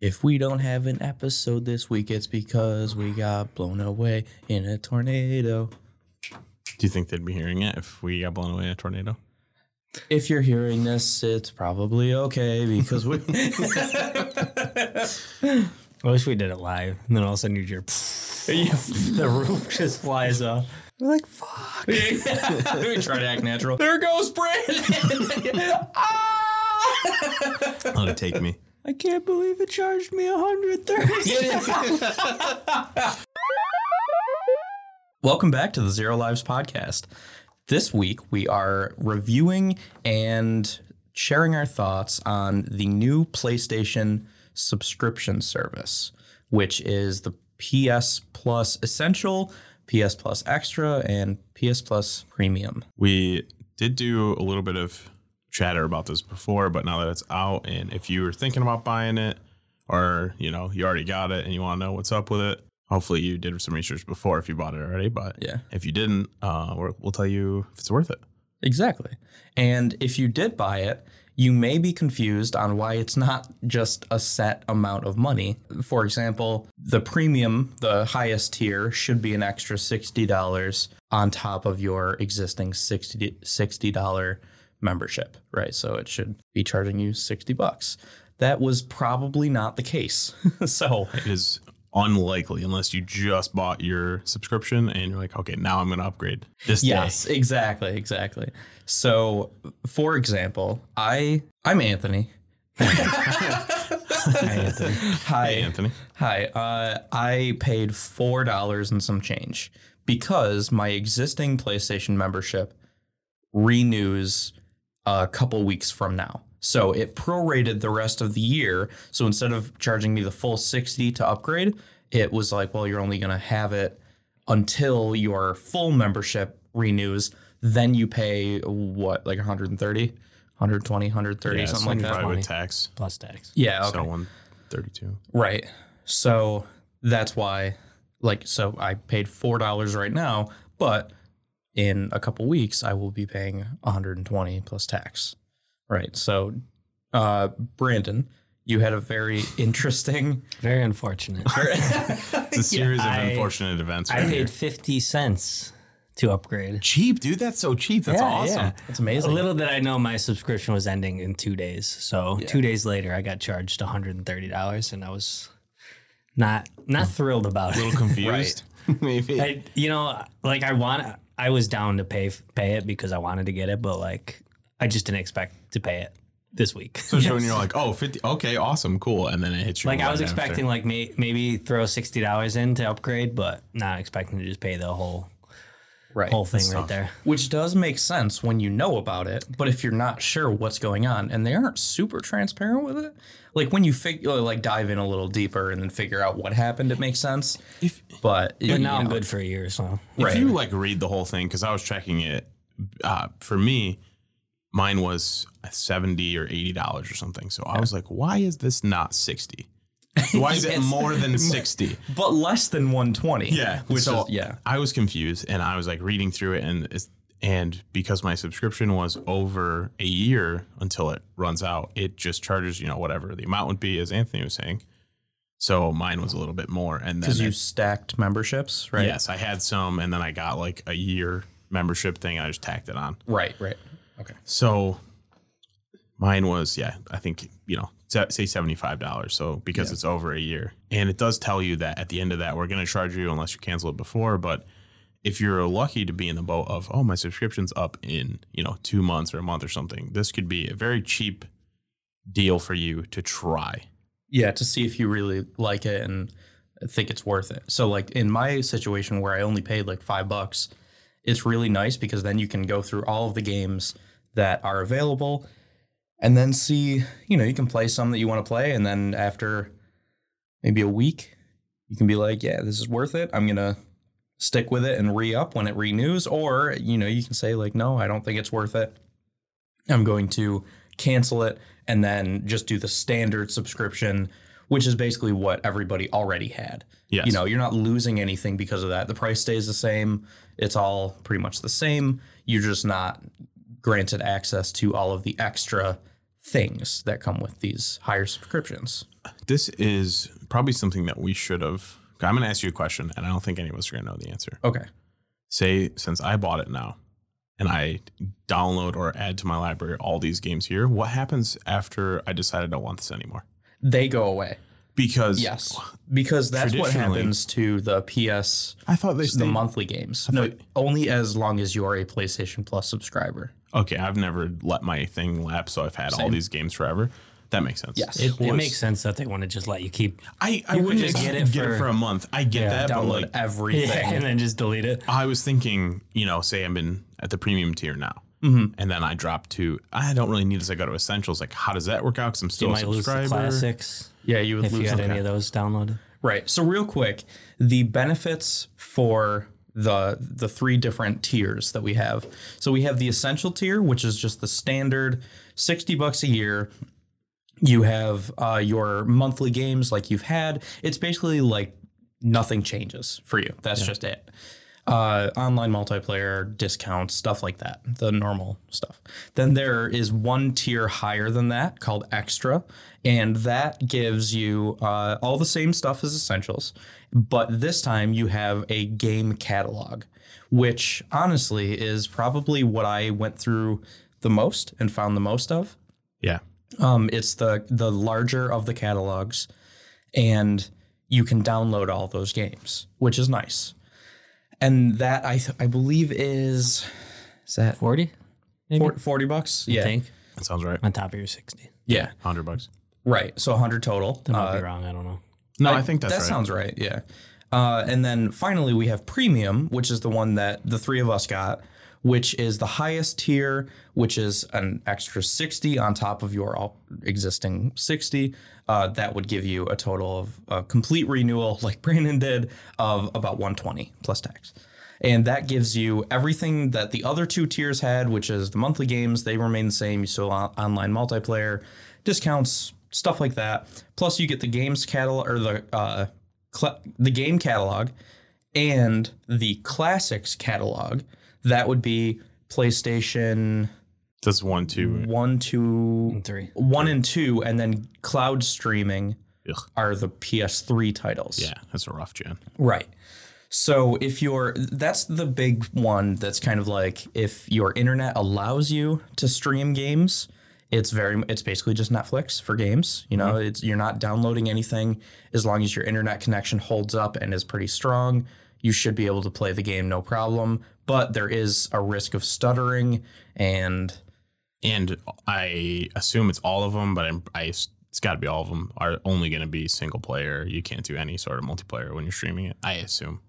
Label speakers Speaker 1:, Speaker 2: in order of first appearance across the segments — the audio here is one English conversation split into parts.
Speaker 1: If we don't have an episode this week, it's because we got blown away in a tornado.
Speaker 2: Do you think they'd be hearing it if we got blown away in a tornado?
Speaker 1: If you're hearing this, it's probably okay because we.
Speaker 3: I wish we did it live. And then all of a sudden you hear the roof just flies off. We're like, fuck.
Speaker 1: we try to act natural. There goes Brandon. ah!
Speaker 2: Oh, to take me.
Speaker 3: I can't believe it charged me 130.
Speaker 1: Welcome back to the Zero Lives podcast. This week we are reviewing and sharing our thoughts on the new PlayStation subscription service, which is the PS Plus Essential, PS Plus Extra, and PS Plus Premium.
Speaker 2: We did do a little bit of chatter about this before, but now that it's out, and if you were thinking about buying it, or you know you already got it and you want to know what's up with it, hopefully you did some research before if you bought it already. But
Speaker 1: Yeah.
Speaker 2: if you didn't, uh, we're, we'll tell you if it's worth it.
Speaker 1: Exactly. And if you did buy it, you may be confused on why it's not just a set amount of money. For example, the premium, the highest tier, should be an extra $60 on top of your existing 60 $60 membership, right? So it should be charging you 60 bucks. That was probably not the case. so,
Speaker 2: It is unlikely unless you just bought your subscription and you're like, okay, now I'm going to upgrade this
Speaker 1: Yes, exactly, exactly. So, for example, I I'm Anthony. Hi,
Speaker 3: Anthony.
Speaker 1: Hi,
Speaker 2: day, Anthony.
Speaker 1: Hi. Uh, I paid four dollars and some change because my existing PlayStation membership renews a couple weeks from now. So it prorated the rest of the year. So instead of charging me the full 60 to upgrade, it was like, well, you're only going to have it until your full membership renews. Then you pay what, like 130, 120, 130,
Speaker 2: Yeah,
Speaker 1: something like that.
Speaker 2: Probably
Speaker 3: Money.
Speaker 2: with tax.
Speaker 3: Plus tax.
Speaker 1: Yeah. Okay.
Speaker 2: So 132.
Speaker 1: Right. So that's why, like, so I paid four dollars right now, but in a couple weeks I will be paying 120 plus tax. Right. So, uh, Brandon, you had a very interesting.
Speaker 3: Very unfortunate.
Speaker 2: It's a series
Speaker 3: Yeah, I-
Speaker 2: of unfortunate events.
Speaker 3: I
Speaker 2: Right here.
Speaker 3: paid 50 cents to upgrade.
Speaker 2: Cheap, dude. That's so cheap. That's
Speaker 3: Yeah,
Speaker 2: awesome.
Speaker 3: yeah.
Speaker 1: That's
Speaker 3: A
Speaker 1: amazing.
Speaker 3: little did I know my subscription was ending in two days. So two days later, I got charged $130 and I was not not thrilled about
Speaker 2: A
Speaker 3: it.
Speaker 2: little confused. Maybe.
Speaker 3: I, you know, like I want, I was down to pay pay it because I wanted to get it, but like I just didn't expect to pay it this week.
Speaker 2: So it's when you're like, oh, 50. Okay, awesome, cool. And then it hits you.
Speaker 3: like I was
Speaker 2: right after.
Speaker 3: expecting like may, maybe throw sixty dollars in to upgrade, but not expecting to just pay the whole
Speaker 1: Right.
Speaker 3: whole thing right there.
Speaker 1: Which does make sense when you know about it, but if you're not sure what's going on, and they aren't super transparent with it, like when you figure, like dive in a little deeper and then figure out what happened, it makes sense.
Speaker 2: If-
Speaker 1: but you
Speaker 3: But now I'm
Speaker 1: know,
Speaker 3: good for a year, so
Speaker 1: Right.
Speaker 2: If you like read the whole thing, because I was checking it, uh, for me, mine was seventy or eighty dollars or something. So I was like, why is this not sixty? Why is it
Speaker 1: Yes.
Speaker 2: more than sixty?
Speaker 1: but less than 120.
Speaker 2: Yeah.
Speaker 1: Which
Speaker 2: so
Speaker 1: is, yeah.
Speaker 2: I was confused, and I was like reading through it, and it's, and because my subscription was over a year until it runs out, it just charges you know whatever the amount would be, as Anthony was saying. So mine was a little bit more, and then
Speaker 1: Because you
Speaker 2: it-
Speaker 1: stacked memberships, right?
Speaker 2: yes, I had some, and then I got like a year membership thing. And I just tacked it on.
Speaker 1: Right, right. Okay.
Speaker 2: So mine was, yeah, I think, you know, se- say $75. So because it's over a year. And it does tell you that at the end of that, we're going to charge you unless you cancel it before. But if you're lucky to be in the boat of, oh, my subscription's up in, you know, two months or a month or something, this could be a very cheap deal for you to try.
Speaker 1: Yeah, to see if you really like it and think it's worth it. So, like in my situation where I only paid like five bucks, it's really nice because then you can go through all of the games that are available and then see, you know, you can play some that you want to play. And then after maybe a week, you can be like, yeah, this is worth it. I'm going to stick with it and re up when it renews. Or, you know, you can say, like, no, I don't think it's worth it. I'm going to cancel it and then just do the standard subscription, which is basically what everybody already had.
Speaker 2: Yes.
Speaker 1: You know, you're not losing anything because of that. The price stays the same. It's all pretty much the same. You're just not granted access to all of the extra things that come with these higher subscriptions.
Speaker 2: This is probably something that we should have. I'm going to ask you a question, and I don't think any of us are going to know the answer.
Speaker 1: Okay.
Speaker 2: Say, since I bought it now and I download or add to my library all these games here, what happens after I decide I don't want this anymore?
Speaker 1: They go away.
Speaker 2: Because
Speaker 1: Yes. Because that's what
Speaker 2: Traditionally-
Speaker 1: happens to the PS
Speaker 2: I thought they
Speaker 1: the
Speaker 2: stayed.
Speaker 1: monthly games. No, only as long as you're a PlayStation Plus subscriber.
Speaker 2: okay, I've never let my thing lapse, so I've had all
Speaker 1: Same.
Speaker 2: these games forever. That makes sense.
Speaker 1: Yes.
Speaker 3: It, it
Speaker 2: was-
Speaker 3: makes sense that they want to just let you keep
Speaker 2: I, I
Speaker 3: You could
Speaker 2: wouldn't
Speaker 3: just
Speaker 2: ex-
Speaker 3: get
Speaker 2: get,
Speaker 3: it
Speaker 2: it,
Speaker 3: for-
Speaker 2: for, a month. I get that, but
Speaker 1: Download
Speaker 2: like,
Speaker 1: everything.
Speaker 3: and then just delete it.
Speaker 2: I was thinking, you know, say I'm in at the premium tier now, and then I drop to I don't really need this. I go to essentials. Like, how does that work out? Because I'm
Speaker 3: You
Speaker 2: still a
Speaker 3: might lose the
Speaker 2: subscriber.
Speaker 3: classics
Speaker 1: Yeah, you would
Speaker 3: if
Speaker 1: lose
Speaker 3: you had
Speaker 1: them.
Speaker 3: any of those downloaded.
Speaker 1: Right. So real quick, the benefits for the the three different tiers that we have. So we have the essential tier, which is just the standard 60 bucks a year. You have uh, your monthly games like you've had. It's basically like nothing changes for you. That's just it. Uh, online multiplayer discounts, stuff like that, the normal stuff. Then there is one tier higher than that called Extra, and that gives you uh, all the same stuff as Essentials, but this time you have a game catalog, which honestly is probably what I went through the most and found the most of.
Speaker 2: Yeah,
Speaker 1: Um, it's the the larger of the catalogs, and you can download all those games, which is nice. And that I th- I believe is is that four-
Speaker 3: Forty, maybe.
Speaker 1: 40 bucks?
Speaker 3: I
Speaker 1: Yeah.
Speaker 3: think
Speaker 2: that sounds right.
Speaker 3: on top of your sixty.
Speaker 1: Yeah.
Speaker 2: Hundred bucks.
Speaker 1: Right. So 100 total.
Speaker 3: I might
Speaker 1: Uh,
Speaker 3: be wrong. I don't know.
Speaker 2: No, I, think that's
Speaker 1: that
Speaker 2: right.
Speaker 1: sounds right. Yeah. Uh, and then finally, we have premium, which is the one that the three of us got, which is the highest tier, which is an extra 60 on top of your al- existing 60. Uh, that would give you a total of a complete renewal, like Brandon did, of about 120 plus tax. And that gives you everything that the other two tiers had, which is the monthly games. They remain the same. You still on- online multiplayer, discounts, stuff like that. Plus, you get the games catalog or the uh, cl- the game catalog and the classics catalog. That would be PlayStation
Speaker 2: That's one, two.
Speaker 1: one, two,
Speaker 3: Three.
Speaker 1: one and two, and then cloud streaming
Speaker 2: Ugh.
Speaker 1: are the PS3 titles.
Speaker 2: Yeah, that's a rough jam.
Speaker 1: Right. So if you're that's the big one that's kind of like if your internet allows you to stream games, it's very it's basically just Netflix for games, you know, it's you're not downloading anything as long as your internet connection holds up and is pretty strong, you should be able to play the game no problem, but there is a risk of stuttering and
Speaker 2: And I assume it's all of them, but I'm, I it's got to be all of them. Are only going to be single player. You can't do any sort of multiplayer when you're streaming it. I assume.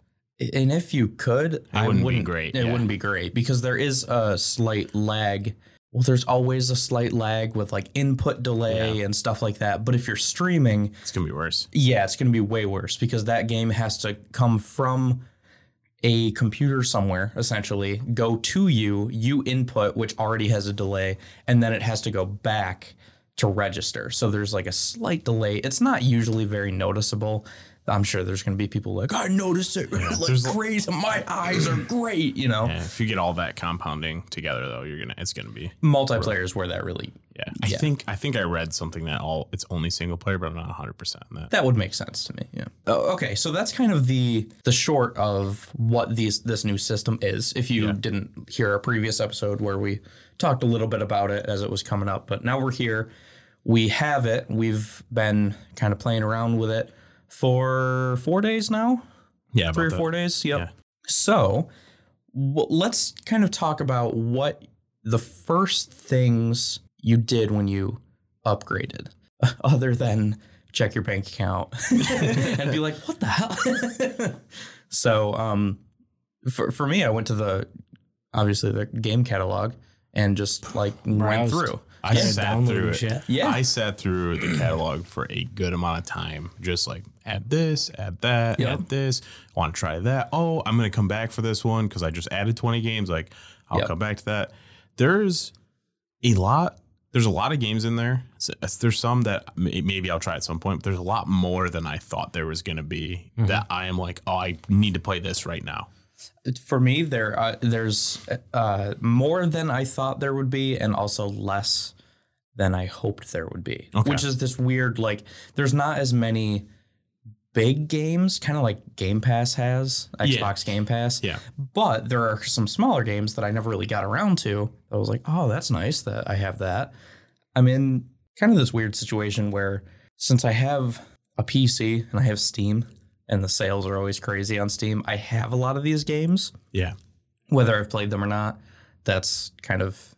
Speaker 1: and if you could, it I
Speaker 2: wouldn't
Speaker 1: wouldn't
Speaker 2: be great,
Speaker 1: It
Speaker 2: yeah.
Speaker 1: wouldn't be great because there is a slight lag. Well, there's always a slight lag with like input delay and stuff like that. But if you're streaming,
Speaker 2: It's gonna be worse.
Speaker 1: yeah, it's going to be way worse because that game has to come from a computer somewhere, essentially, go to you, you input, which already has a delay, and then it has to go back to register. So there's like a slight delay. It's not usually very noticeable. I'm sure there's going to be people like, I noticed it like
Speaker 2: there's a-
Speaker 1: crazy. My eyes are great, you know?
Speaker 2: Yeah, if you get all that compounding together, though, you're gonna it's gonna be
Speaker 1: Multiplayer is where that really,
Speaker 2: Yeah. I think I think I read something that all it's only single player, but I'm not 100 percent on that.
Speaker 1: that would make sense to me. Yeah. Oh, okay, so that's kind of the the short of what these this new system is. If you didn't hear our previous episode where we talked a little bit about it as it was coming up, but now we're here. We have it. We've been kind of playing around with it for four days now,
Speaker 2: Yeah,
Speaker 1: three or
Speaker 2: about
Speaker 1: four
Speaker 2: that.
Speaker 1: days. Yep.
Speaker 2: Yeah.
Speaker 1: So w- let's kind of talk about what the first things you did when you upgraded, other than check your bank account and be like, what the hell? so um, for, for me, I went to the obviously the game catalog and just like went
Speaker 3: Browsed.
Speaker 1: through.
Speaker 2: I
Speaker 3: Yeah,
Speaker 2: sat
Speaker 3: downloading
Speaker 2: through it.
Speaker 3: shit.
Speaker 1: Yeah.
Speaker 2: I sat through the catalog for a good amount of time, just like add this, add that, add this. I want to try that. Oh, I'm gonna come back for this one because I just added 20 games. Like I'll
Speaker 1: Yep.
Speaker 2: come back to that. There's a lot. There's a lot of games in there. So, There's some that may- maybe I'll try at some point. But there's a lot more than I thought there was gonna be.
Speaker 1: Mm-hmm.
Speaker 2: That I am like, oh, I need to play this right now.
Speaker 1: for me there uh, there's uh, more than I thought there would be, and also less than I hoped there would be.
Speaker 2: Okay.
Speaker 1: Which is this weird like there's not as many big games, kind of like Game Pass has,
Speaker 2: Yeah.
Speaker 1: Xbox Game Pass.
Speaker 2: Yeah.
Speaker 1: But there are some smaller games that I never really got around to. I was like, oh, that's nice that I have that. I'm in kind of this weird situation where since I have a PC and I have Steam and the sales are always crazy on Steam, I have a lot of these games.
Speaker 2: Yeah.
Speaker 1: Whether I've played them or not, that's kind of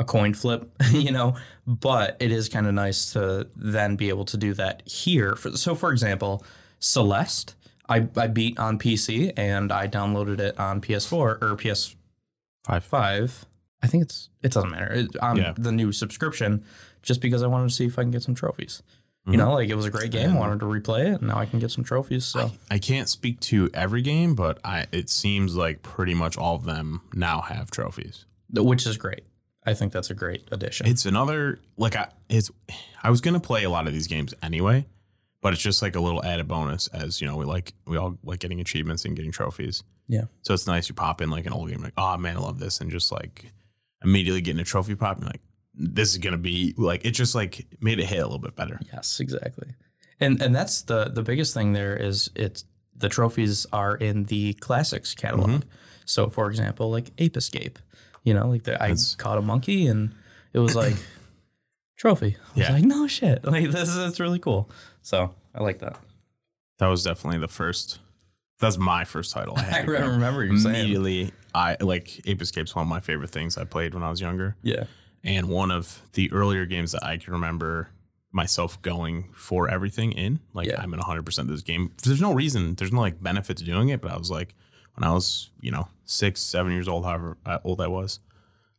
Speaker 1: a coin flip, you know, but it is kind of nice to then be able to do that here. For- So, for example, Celeste, I, I beat on PC and I downloaded it on PS4 or PS5. Five. I think it's, it doesn't matter. It, on
Speaker 2: Yeah.
Speaker 1: the new subscription, just because I wanted to see if I can get some trophies.
Speaker 2: Mhm.
Speaker 1: You know, like it was a great game,
Speaker 2: Yeah.
Speaker 1: wanted to replay it, and now I can get some trophies. So,
Speaker 2: I can't speak to every game, but I it seems like pretty much all of them now have trophies.
Speaker 1: which is great. I think that's a great addition.
Speaker 2: It's another like I it's I was gonna play a lot of these games anyway, but it's just like a little added bonus as you know, we like we all like getting achievements and getting trophies.
Speaker 1: Yeah.
Speaker 2: So it's nice you pop in like an old game, like, oh man, I love this, and just like immediately getting a trophy pop and like this is gonna be like it just like made it hit a little bit better.
Speaker 1: Yes, exactly. And and that's the the biggest thing there is it's the trophies are in the classics catalog. So for example, like Ape Escape, you know, like the, I
Speaker 2: That's-
Speaker 1: caught a monkey and it was like trophy. I was
Speaker 2: Yeah.
Speaker 1: like, no shit. Like this is it's really cool. So I like that.
Speaker 2: That was definitely the first that's my first title I
Speaker 1: I
Speaker 2: had. to grab.
Speaker 1: remember you saying.
Speaker 2: immediately I like Ape Escape's one of my favorite things I played when I was younger.
Speaker 1: Yeah.
Speaker 2: And one of the earlier games that I can remember myself going for everything in. Like
Speaker 1: Yeah.
Speaker 2: I'm in 100% this game. There's no reason, there's no like benefit to doing it, but I was like when I was, you know, 6, 7 years old, however uh, old I was,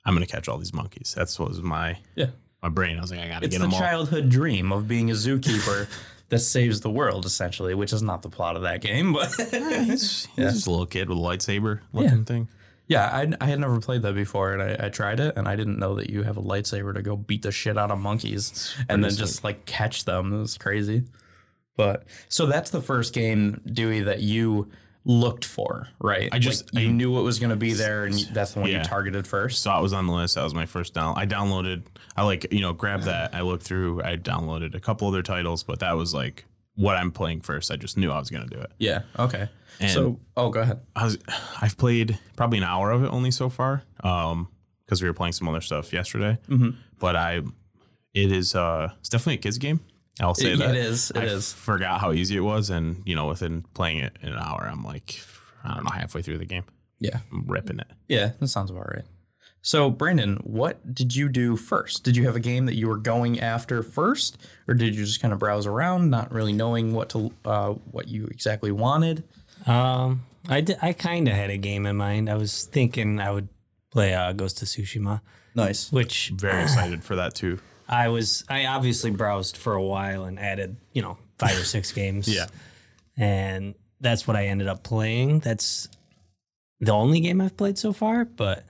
Speaker 2: I'm going to catch all these monkeys. That's what was my
Speaker 1: Yeah.
Speaker 2: my brain. I was like I got to
Speaker 1: It's
Speaker 2: get
Speaker 1: the
Speaker 2: them all.
Speaker 1: childhood dream of being a zookeeper that saves the world essentially, which is not the plot of that game, but
Speaker 2: He's, he's just a little kid with a lightsaber looking thing.
Speaker 1: Yeah, I, I had never played that before, and I, I tried it, and I didn't know that you have a lightsaber to go beat the shit out of monkeys and then
Speaker 2: pretty
Speaker 1: just like catch them. It was crazy. But so that's the first game, Dewey, that you looked for, right?
Speaker 2: I just-
Speaker 1: Like, you
Speaker 2: I-
Speaker 1: knew it was going to be there, and you- that's the one
Speaker 2: Yeah.
Speaker 1: you targeted first.
Speaker 2: saw it was on the list. That was my first down. I downloaded. I like you know grabbed that. I looked through. I downloaded a couple other titles, but that was like what I'm playing first. I just knew I was gonna do it.
Speaker 1: Yeah. Okay.
Speaker 2: And-
Speaker 1: so, oh, go ahead.
Speaker 2: I was. I've played probably an hour of it only so far. Um, because we were playing some other stuff yesterday.
Speaker 1: Mhm.
Speaker 2: But I, it is uh, it's definitely a kids game. I'll say
Speaker 1: It-
Speaker 2: that
Speaker 1: it is, it
Speaker 2: I
Speaker 1: is.
Speaker 2: Forgot how easy it was, and you know, within playing it in an hour, I'm like, I don't know, halfway through the game,
Speaker 1: Yeah.
Speaker 2: I'm ripping it.
Speaker 1: Yeah, that sounds about right. So, Brandon, what did you do first? Did you have a game that you were going after first, or did you just kind of browse around, not really knowing what to uh, what you exactly wanted?
Speaker 3: Um, I did, I kind of had a game in mind. I was thinking I would play uh, Ghost of Tsushima,
Speaker 1: Nice.
Speaker 3: which
Speaker 2: Very excited for that too.
Speaker 3: I was I obviously browsed for a while and added, you know, five or six games.
Speaker 2: Yeah.
Speaker 3: And that's what I ended up playing. That's the only game I've played so far, but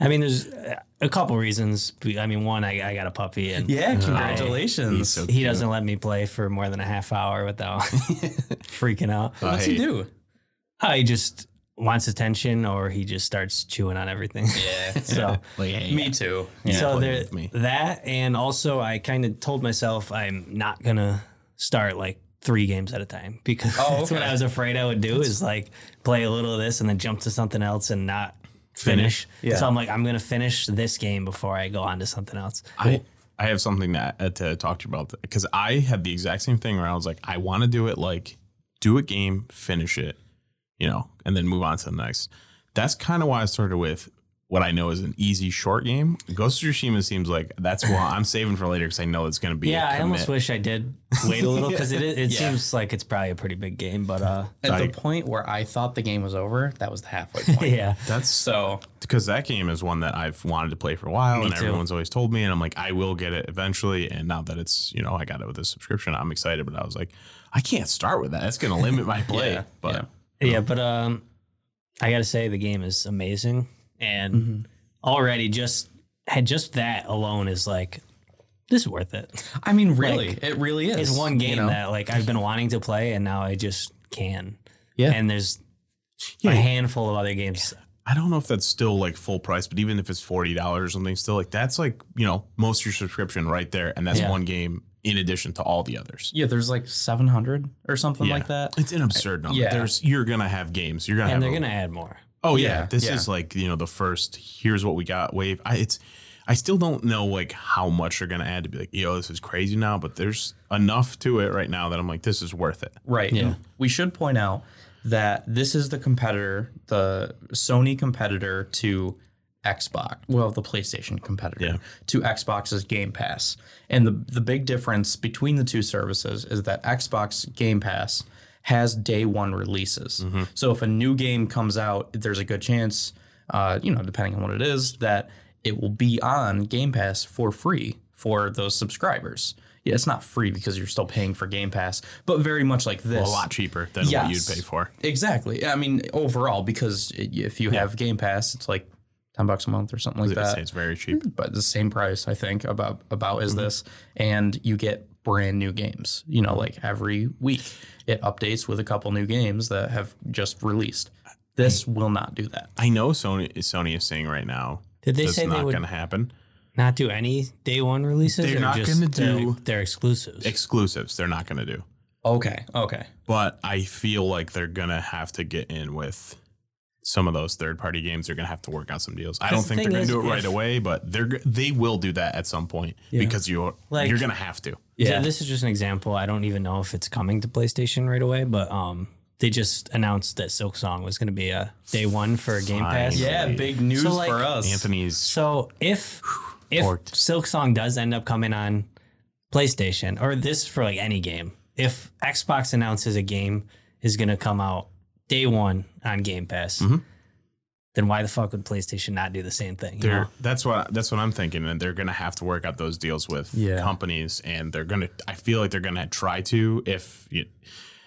Speaker 3: I mean there's uh, a couple reasons. I mean one I, I got a puppy and
Speaker 1: Yeah,
Speaker 2: He's
Speaker 1: congratulations.
Speaker 2: so
Speaker 3: he doesn't let me play for more than a half hour without freaking out.
Speaker 2: Uh,
Speaker 1: What's
Speaker 2: hey,
Speaker 1: he do?
Speaker 3: Oh, he just wants attention or he just starts chewing on everything.
Speaker 1: Yeah.
Speaker 3: So
Speaker 2: Like, hey,
Speaker 1: Me too.
Speaker 3: so
Speaker 2: play
Speaker 3: there,
Speaker 2: with me.
Speaker 3: that and also I kind of told myself I'm not gonna start like three games at a time because
Speaker 1: Oh,
Speaker 3: that's what
Speaker 1: okay.
Speaker 3: I was afraid I would do is like play a little of this and then jump to something else and not finish.
Speaker 1: Yeah.
Speaker 3: So I'm like I'm gonna finish this game before I go on to something else.
Speaker 2: I I have something that uh, to talk to you about because I had the exact same thing where I was like, I want to do it like do a game, finish it, you know, and then move on to the next. That's kind of why I started with what I know is an easy short game. Ghost of Tsushima seems like that's what I'm saving for later because I know it's going to be. a
Speaker 3: yeah, I almost
Speaker 2: commit.
Speaker 3: wish I did wait a little because it it seems like it's probably a pretty big game, but uh,
Speaker 1: At the
Speaker 2: Like-
Speaker 1: point where I thought the game was over, that was the halfway point.
Speaker 3: yeah.
Speaker 2: That's
Speaker 1: So
Speaker 2: because that game is one that I've wanted to play for a while, and
Speaker 3: too.
Speaker 2: everyone's always told me, and I'm like, I will get it eventually. And now that it's you know I got it with a subscription, I'm excited. But I was like, I can't start with that. That's going to limit my play.
Speaker 1: Yeah,
Speaker 2: but
Speaker 1: yeah.
Speaker 3: Yeah, but um, I gotta say the game is amazing, and
Speaker 1: Mm-hmm.
Speaker 3: already just had just that alone is like this is worth it.
Speaker 1: I mean, really, it really is.
Speaker 3: It's one
Speaker 1: you
Speaker 3: game
Speaker 1: know?
Speaker 3: that like I've been wanting to play, and now I just can.
Speaker 1: Yeah.
Speaker 3: and there's a handful of other games
Speaker 2: I don't know if that's still like full price, but even if it's forty dollars or something, still like that's like you know most of your subscription right there, and that's
Speaker 3: Yeah.
Speaker 2: one game in addition to all the others.
Speaker 1: Yeah, there's like 700 or something
Speaker 2: Yeah.
Speaker 1: like that.
Speaker 2: It's an absurd number.
Speaker 1: Yeah.
Speaker 2: There's you're gonna have games. You're gonna have
Speaker 3: and they're
Speaker 2: a-
Speaker 3: going to add more.
Speaker 2: Oh yeah,
Speaker 1: Yeah,
Speaker 2: this
Speaker 1: yeah.
Speaker 2: is like you know the first. Here's what we got. Wave. I, it's. I still don't know like how much they're gonna add to be like yo this is crazy now, but there's enough to it right now that I'm like this is worth it.
Speaker 1: Right.
Speaker 3: Yeah.
Speaker 1: And We should point out that this is the competitor, the Sony competitor to Xbox. Well, the PlayStation competitor
Speaker 2: Yeah.
Speaker 1: to Xbox's Game Pass. And the the big difference between the two services is that Xbox Game Pass has day one releases. So if a new game comes out, there's a good chance, uh, you know, depending on what it is, that it will be on Game Pass for free for those subscribers. Yeah, it's not free because you're still paying for Game Pass, but very much like this.
Speaker 2: A lot cheaper than what you'd
Speaker 1: Yes.
Speaker 2: pay for.
Speaker 1: Exactly. I mean, overall, because i- if you have Game Pass, it's like ten bucks a month or something like
Speaker 2: It's,
Speaker 1: that.
Speaker 2: it's very cheap.
Speaker 1: But the same price, I think, about about
Speaker 2: Mm-hmm.
Speaker 1: is this, and you get brand new games. You know, like every week, it updates with a couple new games that have just released. This will not do that.
Speaker 2: I know Sony Sony is saying right now
Speaker 3: Did they
Speaker 2: that's
Speaker 3: say
Speaker 2: not
Speaker 3: they would
Speaker 2: gonna happen.
Speaker 3: not do any day one releases?
Speaker 2: They're
Speaker 3: or
Speaker 2: not
Speaker 3: just
Speaker 2: gonna
Speaker 3: their-
Speaker 2: do-
Speaker 3: their exclusives.
Speaker 2: Exclusives they're not gonna do.
Speaker 1: Okay. Okay.
Speaker 2: But I feel like they're gonna have to get in with some of those third party games. They're gonna have to work out some deals. I don't
Speaker 3: That's the
Speaker 2: think they're
Speaker 3: thing
Speaker 2: gonna
Speaker 3: is,
Speaker 2: do it right
Speaker 3: if-
Speaker 2: away, but they're g- they will do that at some point because you're
Speaker 3: Like-
Speaker 2: you're gonna have to.
Speaker 1: Yeah.
Speaker 3: So this is just an example. I don't even know if it's coming to PlayStation right away, but um, they just announced that Silk Song was going to be a day one for Game Pass.
Speaker 2: Finally.
Speaker 1: yeah. Big news
Speaker 3: So, like,
Speaker 1: for us.
Speaker 2: Anthony's
Speaker 3: So if if
Speaker 2: Port.
Speaker 3: Silk Song does end up coming on PlayStation or this for like any game, if Xbox announces a game is going to come out day one on Game Pass,
Speaker 2: Mhm.
Speaker 3: then why the fuck would PlayStation not do the same thing? you
Speaker 2: they're
Speaker 3: know?
Speaker 2: that's what that's what I'm thinking, and they're gonna have to work out those deals with
Speaker 1: Yeah.
Speaker 2: companies, and they're gonna. I feel like they're gonna try to if you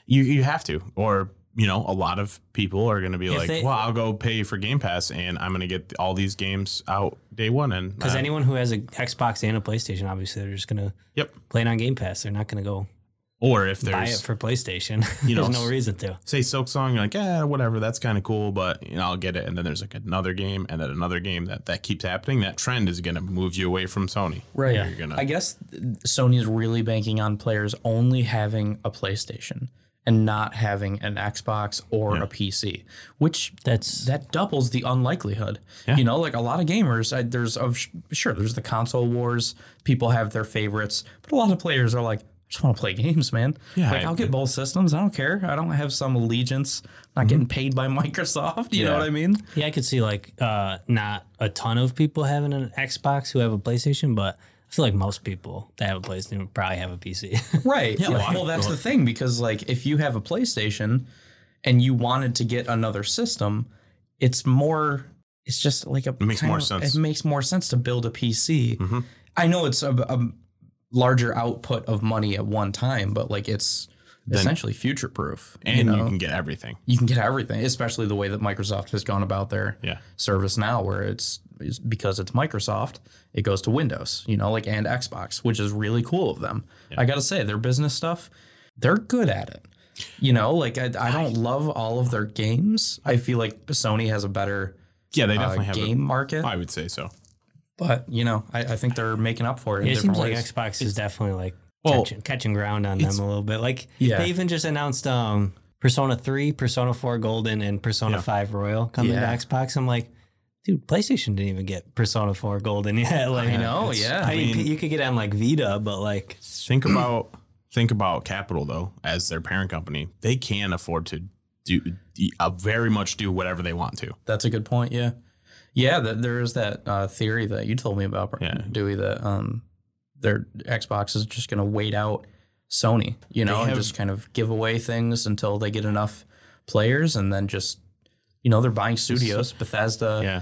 Speaker 2: you, you have to, or you know, a lot of people are gonna be
Speaker 3: If
Speaker 2: like,
Speaker 3: they-
Speaker 2: well, I'll go pay for Game Pass, and I'm gonna get all these games out day one, and
Speaker 3: Because
Speaker 2: uh,
Speaker 3: anyone who has an Xbox and a PlayStation, obviously, they're just gonna
Speaker 2: Yep.
Speaker 3: play it on Game Pass. They're not gonna go
Speaker 2: Or if
Speaker 3: buy it
Speaker 2: there's
Speaker 3: for PlayStation.
Speaker 2: You know,
Speaker 3: there's no reason to.
Speaker 2: say Silk Song, you're like, yeah, whatever, that's kind of cool, but you know, I'll get it. And then there's like another game, and then another game that that keeps happening. That trend is gonna move you away from Sony.
Speaker 1: Right.
Speaker 2: You're gonna.
Speaker 1: I guess Sony is really banking on players only having a PlayStation and not having an Xbox or a PC, which
Speaker 3: That's
Speaker 1: that doubles the unlikelihood. You know, like a lot of gamers, I, there's of sure there's the console wars. People have their favorites, but a lot of players are like, I just want to play games, man.
Speaker 2: Yeah,
Speaker 1: like
Speaker 2: I-
Speaker 1: I, will get both systems. I don't care. I don't have some allegiance. I'm not getting paid by Microsoft. You know
Speaker 2: Mm-hmm. Yeah.
Speaker 1: what I mean?
Speaker 3: yeah. I could see like uh, not a ton of people having an Xbox who have a PlayStation, but I feel like most people that have a PlayStation would probably have a PC.
Speaker 1: Right. Yeah,
Speaker 2: like-
Speaker 1: well, that's the thing because like if you have a PlayStation and you wanted to get another system, it's more. It's just like a. It
Speaker 2: makes more sense. Mm-hmm.
Speaker 1: It makes more sense to build a PC. I know it's a, a larger output of money at one time, but like it's essentially future proof.
Speaker 2: and
Speaker 1: you, know?
Speaker 2: you can get everything.
Speaker 1: you can get everything, especially the way that Microsoft has gone about their
Speaker 2: Yeah.
Speaker 1: service now, where it's, it's because it's Microsoft, it goes to Windows, you know, like and Xbox, which is really cool of them. I gotta say, their business stuff, they're good at it. You know, like I, I don't love all of their games. I feel like Sony has a better
Speaker 2: Yeah, they
Speaker 1: uh,
Speaker 2: definitely have.
Speaker 1: game market,
Speaker 2: A, I would say so.
Speaker 1: but you know, I, I think they're making up for it. in
Speaker 3: it
Speaker 1: different
Speaker 3: seems like
Speaker 1: ways.
Speaker 3: Xbox is definitely like
Speaker 2: Well,
Speaker 3: catching, catching ground on them a little bit. Like
Speaker 1: Yeah.
Speaker 3: they even just announced um, Persona Three, Persona Four Golden, and Persona
Speaker 2: Yeah.
Speaker 3: Five Royal coming
Speaker 1: Yeah.
Speaker 3: to Xbox. I'm like. Dude, PlayStation didn't even get Persona 4 Golden yet. Like,
Speaker 1: I know,
Speaker 3: it's-
Speaker 1: yeah.
Speaker 3: I mean,
Speaker 2: I mean-
Speaker 3: you could get it on like Vita, but like,
Speaker 2: Think about think about Capital though, as their parent company, they can afford to do uh, very much do whatever they want to.
Speaker 1: That's a good point. Yeah, yeah. That there is that uh, theory that you told me about,
Speaker 2: Yeah.
Speaker 1: Dewey. That um, their Xbox is just going to wait out Sony, you know,
Speaker 2: have-
Speaker 1: and just kind of give away things until they get enough players, and then just you know they're buying studios, Bethesda.
Speaker 2: Yeah,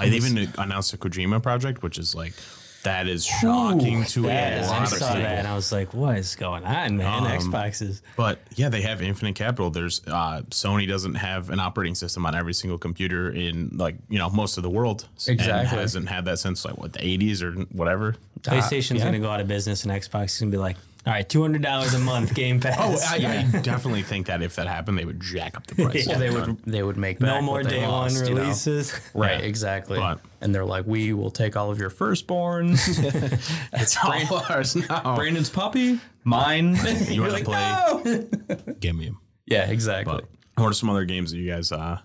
Speaker 2: I even announced a Kojima project, which is like that is shocking to
Speaker 3: yeah,
Speaker 2: a
Speaker 3: I
Speaker 2: lot of
Speaker 3: saw
Speaker 2: people. Um,
Speaker 3: that and I was like, what is going on, man? Xbox is
Speaker 2: But yeah, they have infinite capital. There's uh, Sony doesn't have an operating system on every single computer in like you know most of the world. and
Speaker 1: Exactly.
Speaker 2: hasn't had that since like what the 80s or whatever.
Speaker 3: PlayStation's gonna go out of business and Xbox is gonna be like, All right, two hundred dollars a month Game Pass.
Speaker 2: Oh, I, I definitely think that if that happened, they would jack up the price.
Speaker 1: Well, they would they would make
Speaker 3: no
Speaker 1: back
Speaker 3: more
Speaker 1: what they
Speaker 3: day
Speaker 1: lost,
Speaker 3: one
Speaker 1: you know?
Speaker 3: releases.
Speaker 1: Right,
Speaker 2: Yeah.
Speaker 1: exactly.
Speaker 2: But-
Speaker 1: and they're like, we will take all of your firstborns,
Speaker 2: It's
Speaker 3: Oh,
Speaker 2: all ours now.
Speaker 1: Brandon's puppy, mine.
Speaker 2: You
Speaker 1: You're like,
Speaker 2: wanna play-
Speaker 1: "No!"
Speaker 2: Give me 'em.
Speaker 1: yeah, exactly.
Speaker 2: But what are some other games that you guys? Uh,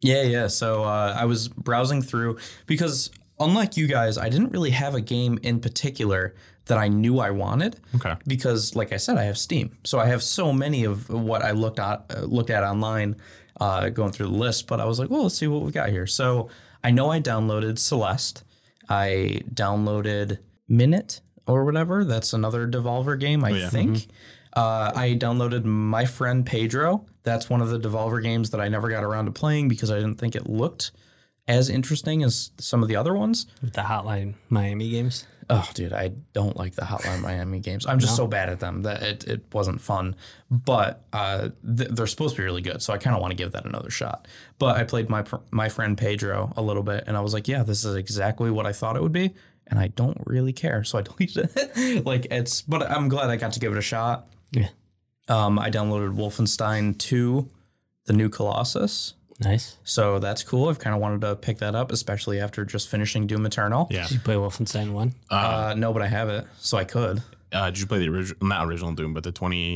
Speaker 1: Yeah, yeah. So uh, I was browsing through because, unlike you guys, I didn't really have a game in particular that I knew I wanted.
Speaker 2: Okay.
Speaker 1: Because, like I said, I have Steam, so I have so many of what I looked at uh, looked at online, uh, going through the list. But I was like, well, let's see what we got here. So I know I downloaded Celeste. I downloaded Minute or whatever. That's another Devolver game, I
Speaker 2: yeah.
Speaker 1: think. Uh, I downloaded My Friend Pedro. That's one of the Devolver games that I never got around to playing because I didn't think it looked as interesting as some of the other ones.
Speaker 3: With the Hotline Miami games.
Speaker 1: Oh, dude, I don't like the Hotline Miami games. I'm just so bad at them that it, it wasn't fun. But uh, th- they're supposed to be really good, so I kind of want to give that another shot. But I played my Fr- my friend Pedro a little bit, and I was like, yeah, this is exactly what I thought it would be, and I don't really care, so I deleted it. like it's, but I'm glad I got to give it a shot.
Speaker 3: Yeah.
Speaker 1: Um, I downloaded Wolfenstein 2, the new Colossus.
Speaker 3: Nice.
Speaker 1: So that's cool. I've kind of wanted to pick that up, especially after just finishing Doom Eternal.
Speaker 2: yeah.
Speaker 3: Did you play Wolfenstein One?
Speaker 1: Uh, no, but I have it, so I could.
Speaker 2: Uh, did you play the original? Not original Doom, but the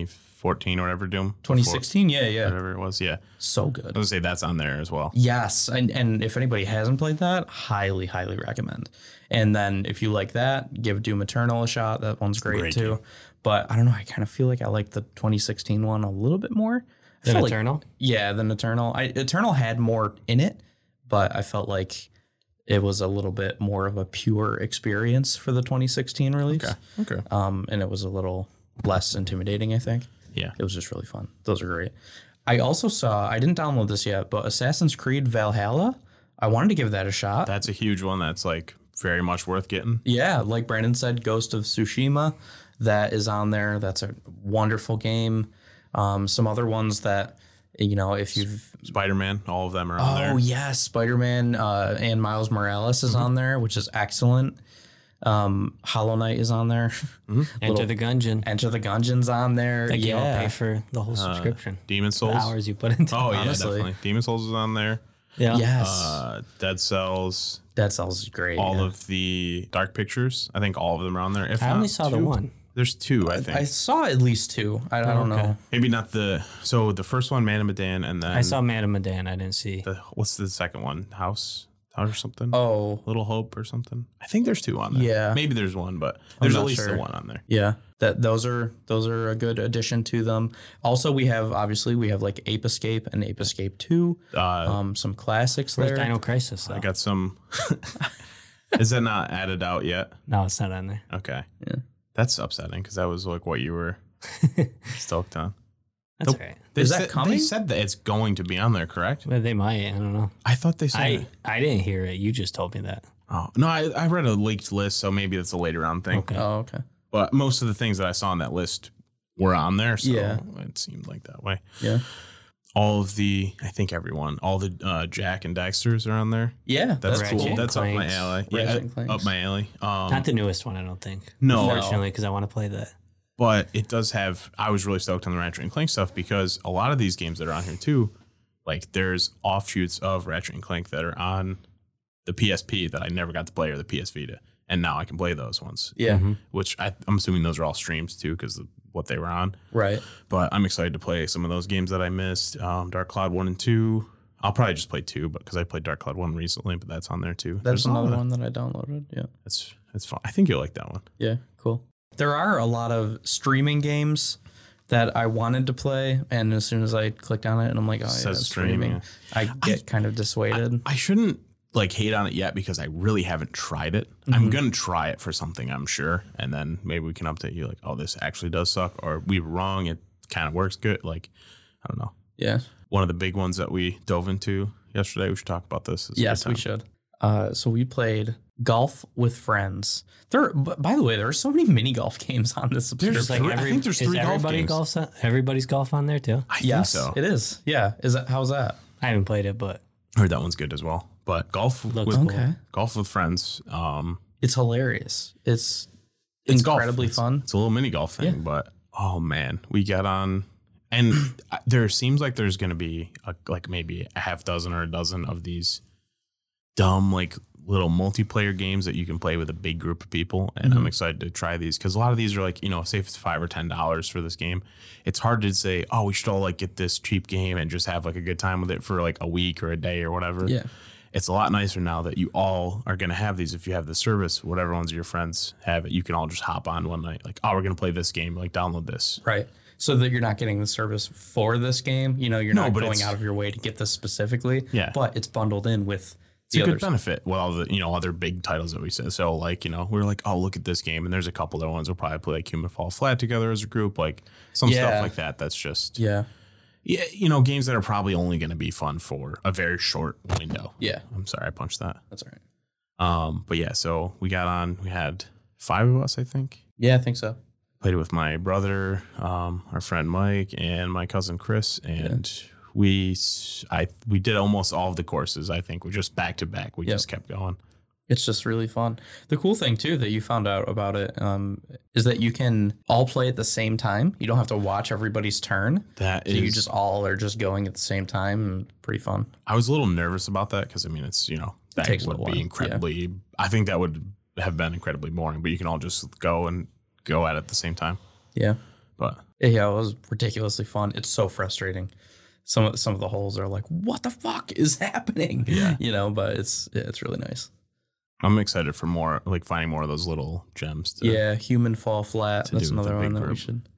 Speaker 2: 2014 or whatever Doom.
Speaker 1: 2016, yeah, yeah,
Speaker 2: whatever it was. Yeah, I
Speaker 1: so
Speaker 2: was
Speaker 1: good.
Speaker 2: gonna say that's on there as well.
Speaker 1: Yes, and and if anybody hasn't played that, highly, highly recommend. And then if you like that, give Doom Eternal a shot. That one's great,
Speaker 2: Great
Speaker 1: too. But I don't know. I kind of feel like I like the 2016 one a little bit more. I
Speaker 3: Doom
Speaker 1: felt like-
Speaker 3: Eternal.
Speaker 1: Yeah, than Eternal. I, Eternal had more in it, but I felt like it was a little bit more of a pure experience for the 2016 release.
Speaker 2: Okay.
Speaker 1: Um, and it was a little less intimidating, I think.
Speaker 2: Yeah.
Speaker 1: It was just really fun. Those are great. I also saw, I didn't download this yet, but Assassin's Creed Valhalla. I wanted to give that a shot.
Speaker 2: That's a huge one. That's like very much worth getting.
Speaker 1: Yeah, like Brandon said, Ghost of Tsushima, that is on there. That's a wonderful game. Um, some other ones that, you know, if you've
Speaker 2: Spider Man, all of them are on
Speaker 1: Oh
Speaker 2: there.
Speaker 1: yes, Spider Man uh, and Miles Morales
Speaker 2: Mm-hmm.
Speaker 1: is on there, which is excellent. Um, Hollow Knight is on there.
Speaker 2: Mm-hmm.
Speaker 3: Enter the Gungeon.
Speaker 1: Enter the Gungeon's on there.
Speaker 3: That game will
Speaker 1: yeah,
Speaker 3: pay for the whole subscription.
Speaker 2: Demon
Speaker 3: the
Speaker 2: Souls.
Speaker 3: hours you put into.
Speaker 2: Uh, Oh yeah,
Speaker 1: Honestly.
Speaker 2: definitely. Demon Souls is on there.
Speaker 3: yeah.
Speaker 1: yes,
Speaker 2: Uh, Dead Cells.
Speaker 1: that sounds great.
Speaker 2: All
Speaker 1: yeah.
Speaker 2: of the Dark Pictures. I think all of them are on there. If
Speaker 3: I only
Speaker 2: not
Speaker 3: saw the
Speaker 2: two-
Speaker 3: one.
Speaker 2: There's two, I think. Oh,
Speaker 1: I saw at least two. I, I don't
Speaker 3: okay.
Speaker 1: know.
Speaker 2: Maybe not the. So the first one, Man of Medan, and then
Speaker 3: I saw Madame Medan. I didn't see.
Speaker 2: the what's the second one? House, House or something.
Speaker 1: Oh
Speaker 2: Little Hope or something. I think there's two on there.
Speaker 1: Yeah.
Speaker 2: Maybe there's one, but there's at
Speaker 1: not
Speaker 2: least the
Speaker 1: sure.
Speaker 2: one on there.
Speaker 1: yeah, that those are those are a good addition to them. Also, we have obviously we have like Ape Escape and Ape Escape Two.
Speaker 2: Uh,
Speaker 1: Um, some classics
Speaker 3: Where's
Speaker 1: there.
Speaker 3: Dino Crisis?
Speaker 1: Oh.
Speaker 3: though?
Speaker 2: I got some. is that not added out yet?
Speaker 3: no, it's not on there.
Speaker 2: Okay. Yeah. That's upsetting because that was like what you were stoked on.
Speaker 3: That's
Speaker 2: Nope.
Speaker 3: all right.
Speaker 2: They
Speaker 1: Is that
Speaker 2: said- They
Speaker 1: coming?
Speaker 2: said that it's going to be on there, correct?
Speaker 3: Well, they might. I don't know.
Speaker 2: I thought they said.
Speaker 3: I I didn't hear it. You just told me that.
Speaker 2: oh no, I, I read a leaked list, so maybe that's a later on thing.
Speaker 3: Okay.
Speaker 1: oh okay.
Speaker 2: But most of the things that I saw on that list were on there, so
Speaker 1: Yeah.
Speaker 2: it seemed like that way.
Speaker 1: Yeah.
Speaker 2: All of the, I think everyone, all the uh, Jack and Dexters are on there.
Speaker 1: Yeah,
Speaker 2: That's
Speaker 3: Ratchet
Speaker 2: cool.
Speaker 3: and
Speaker 2: That's up my
Speaker 3: Clank's.
Speaker 2: alley.
Speaker 1: Ratchet
Speaker 2: Yeah,
Speaker 1: and Clank's.
Speaker 2: up my alley. Um,
Speaker 3: Not the newest one, I don't think.
Speaker 2: No.
Speaker 3: unfortunately, because I want to play that.
Speaker 2: but it does have. I was really stoked on the Ratchet and Clank stuff because a lot of these games that are on here too, like there's offshoots of Ratchet and Clank that are on the PSP that I never got to play or the PS Vita, and now I can play those ones.
Speaker 1: Yeah,
Speaker 2: Which I, I'm assuming those are all streams too because of what they were on.
Speaker 1: right.
Speaker 2: But I'm excited to play some of those games that I missed. Um, Dark Cloud one and two. I'll probably just play two, but because I played Dark Cloud one recently, but that's on there too.
Speaker 1: That's
Speaker 2: There's a lot
Speaker 1: another
Speaker 2: of-
Speaker 1: one that I downloaded. Yeah.
Speaker 2: That's that's fun. I think you'll like that one.
Speaker 1: Yeah, cool. There are a lot of streaming games that I wanted to play, and as soon as I clicked on it, and I'm like, oh, yeah,
Speaker 2: Says
Speaker 1: it's
Speaker 2: streaming.
Speaker 1: streaming. I get kind of dissuaded.
Speaker 2: I shouldn't like hate on it yet because I really haven't tried it.
Speaker 1: Mm-hmm.
Speaker 2: I'm gonna try it for something, I'm sure, and then maybe we can update you like, oh, this actually does suck, or we were wrong. It kind of works good. Like, I don't know.
Speaker 1: yeah.
Speaker 2: One of the big ones that we dove into yesterday. We should talk about this. It's a
Speaker 1: Yes,
Speaker 2: good
Speaker 1: we
Speaker 2: time.
Speaker 1: should. Uh, so we played golf with friends. There, b- by the way, there are so many mini golf games on this subscription.
Speaker 3: There's like
Speaker 2: three- I
Speaker 3: every,
Speaker 2: think there's
Speaker 3: is
Speaker 2: three golf
Speaker 3: everybody
Speaker 2: games.
Speaker 3: golfs on, everybody's golf on there too.
Speaker 2: I
Speaker 1: yes,
Speaker 2: think so.
Speaker 1: it is. Yeah, is that how's that?
Speaker 3: I haven't played it, but
Speaker 2: I heard that one's good as well. But golf
Speaker 3: Looks
Speaker 2: with
Speaker 3: cool.
Speaker 1: Okay.
Speaker 2: golf with friends. Um,
Speaker 1: It's hilarious. It's
Speaker 2: it's golf.
Speaker 1: incredibly
Speaker 2: It's-
Speaker 1: fun.
Speaker 2: It's a little mini golf thing,
Speaker 1: Yeah.
Speaker 2: but oh man, we got on, and I- there seems like there's gonna be a, like maybe a half dozen or a dozen of these dumb like little multiplayer games that you can play with a big group of people, and I'm excited to try these because a lot of these are like you know, say if it's five or ten dollars for this game, it's hard to say oh we should all like get this cheap game and just have like a good time with it for like a week or a day or whatever
Speaker 1: Yeah.
Speaker 2: it's a lot nicer now that you all are going to have these. If you have the service, whatever ones of your friends have it, you can all just hop on one night. Like, oh, we're going to play this game. Like, download this.
Speaker 1: Right. So that you're not getting the service for this game. You know, you're
Speaker 2: No,
Speaker 1: not
Speaker 2: but
Speaker 1: going
Speaker 2: it's-
Speaker 1: out of your way to get this specifically.
Speaker 2: Yeah.
Speaker 1: But it's bundled in with
Speaker 2: It's
Speaker 1: the
Speaker 2: a
Speaker 1: other
Speaker 2: good benefit. Well, all the you know other big titles that we said. So like you know we are like, oh, look at this game, and there's a couple other ones we'll probably play like Human Fall Flat together as a group, like some
Speaker 1: Yeah.
Speaker 2: stuff like that. That's just yeah.
Speaker 1: Yeah.
Speaker 2: you know, games that are probably only going to be fun for a very short window.
Speaker 1: Yeah.
Speaker 2: I'm sorry, I punched that.
Speaker 1: That's all right.
Speaker 2: Um, but yeah, so we got on. We had five of us, I think.
Speaker 1: Yeah, I think so.
Speaker 2: played it with my brother, um, our friend Mike, and my cousin Chris, and we s- I we did almost all of the courses. I think we just back to back. We
Speaker 1: Yep.
Speaker 2: just kept going.
Speaker 1: It's just really fun. The cool thing too that you found out about it um, is that you can all play at the same time. You don't have to watch everybody's turn.
Speaker 2: That
Speaker 1: So
Speaker 2: is,
Speaker 1: you just all are just going at the same time. and Pretty fun.
Speaker 2: I was a little nervous about that because I mean it's you know that
Speaker 1: takes a
Speaker 2: would
Speaker 1: little
Speaker 2: be
Speaker 1: while,
Speaker 2: incredibly. I think that would have been incredibly boring, but you can all just go and go at it at the same time.
Speaker 1: Yeah.
Speaker 2: But
Speaker 1: Yeah, it was ridiculously fun. It's so frustrating. Some of some of the holes are like, what the fuck is happening?
Speaker 2: Yeah.
Speaker 1: You know, but it's yeah, it's really nice.
Speaker 2: I'm excited for more, like finding more of those little gems. To,
Speaker 1: yeah, human fall flat.
Speaker 2: to
Speaker 1: That's
Speaker 2: do with the
Speaker 1: another one
Speaker 2: big
Speaker 1: that we
Speaker 2: group.
Speaker 1: should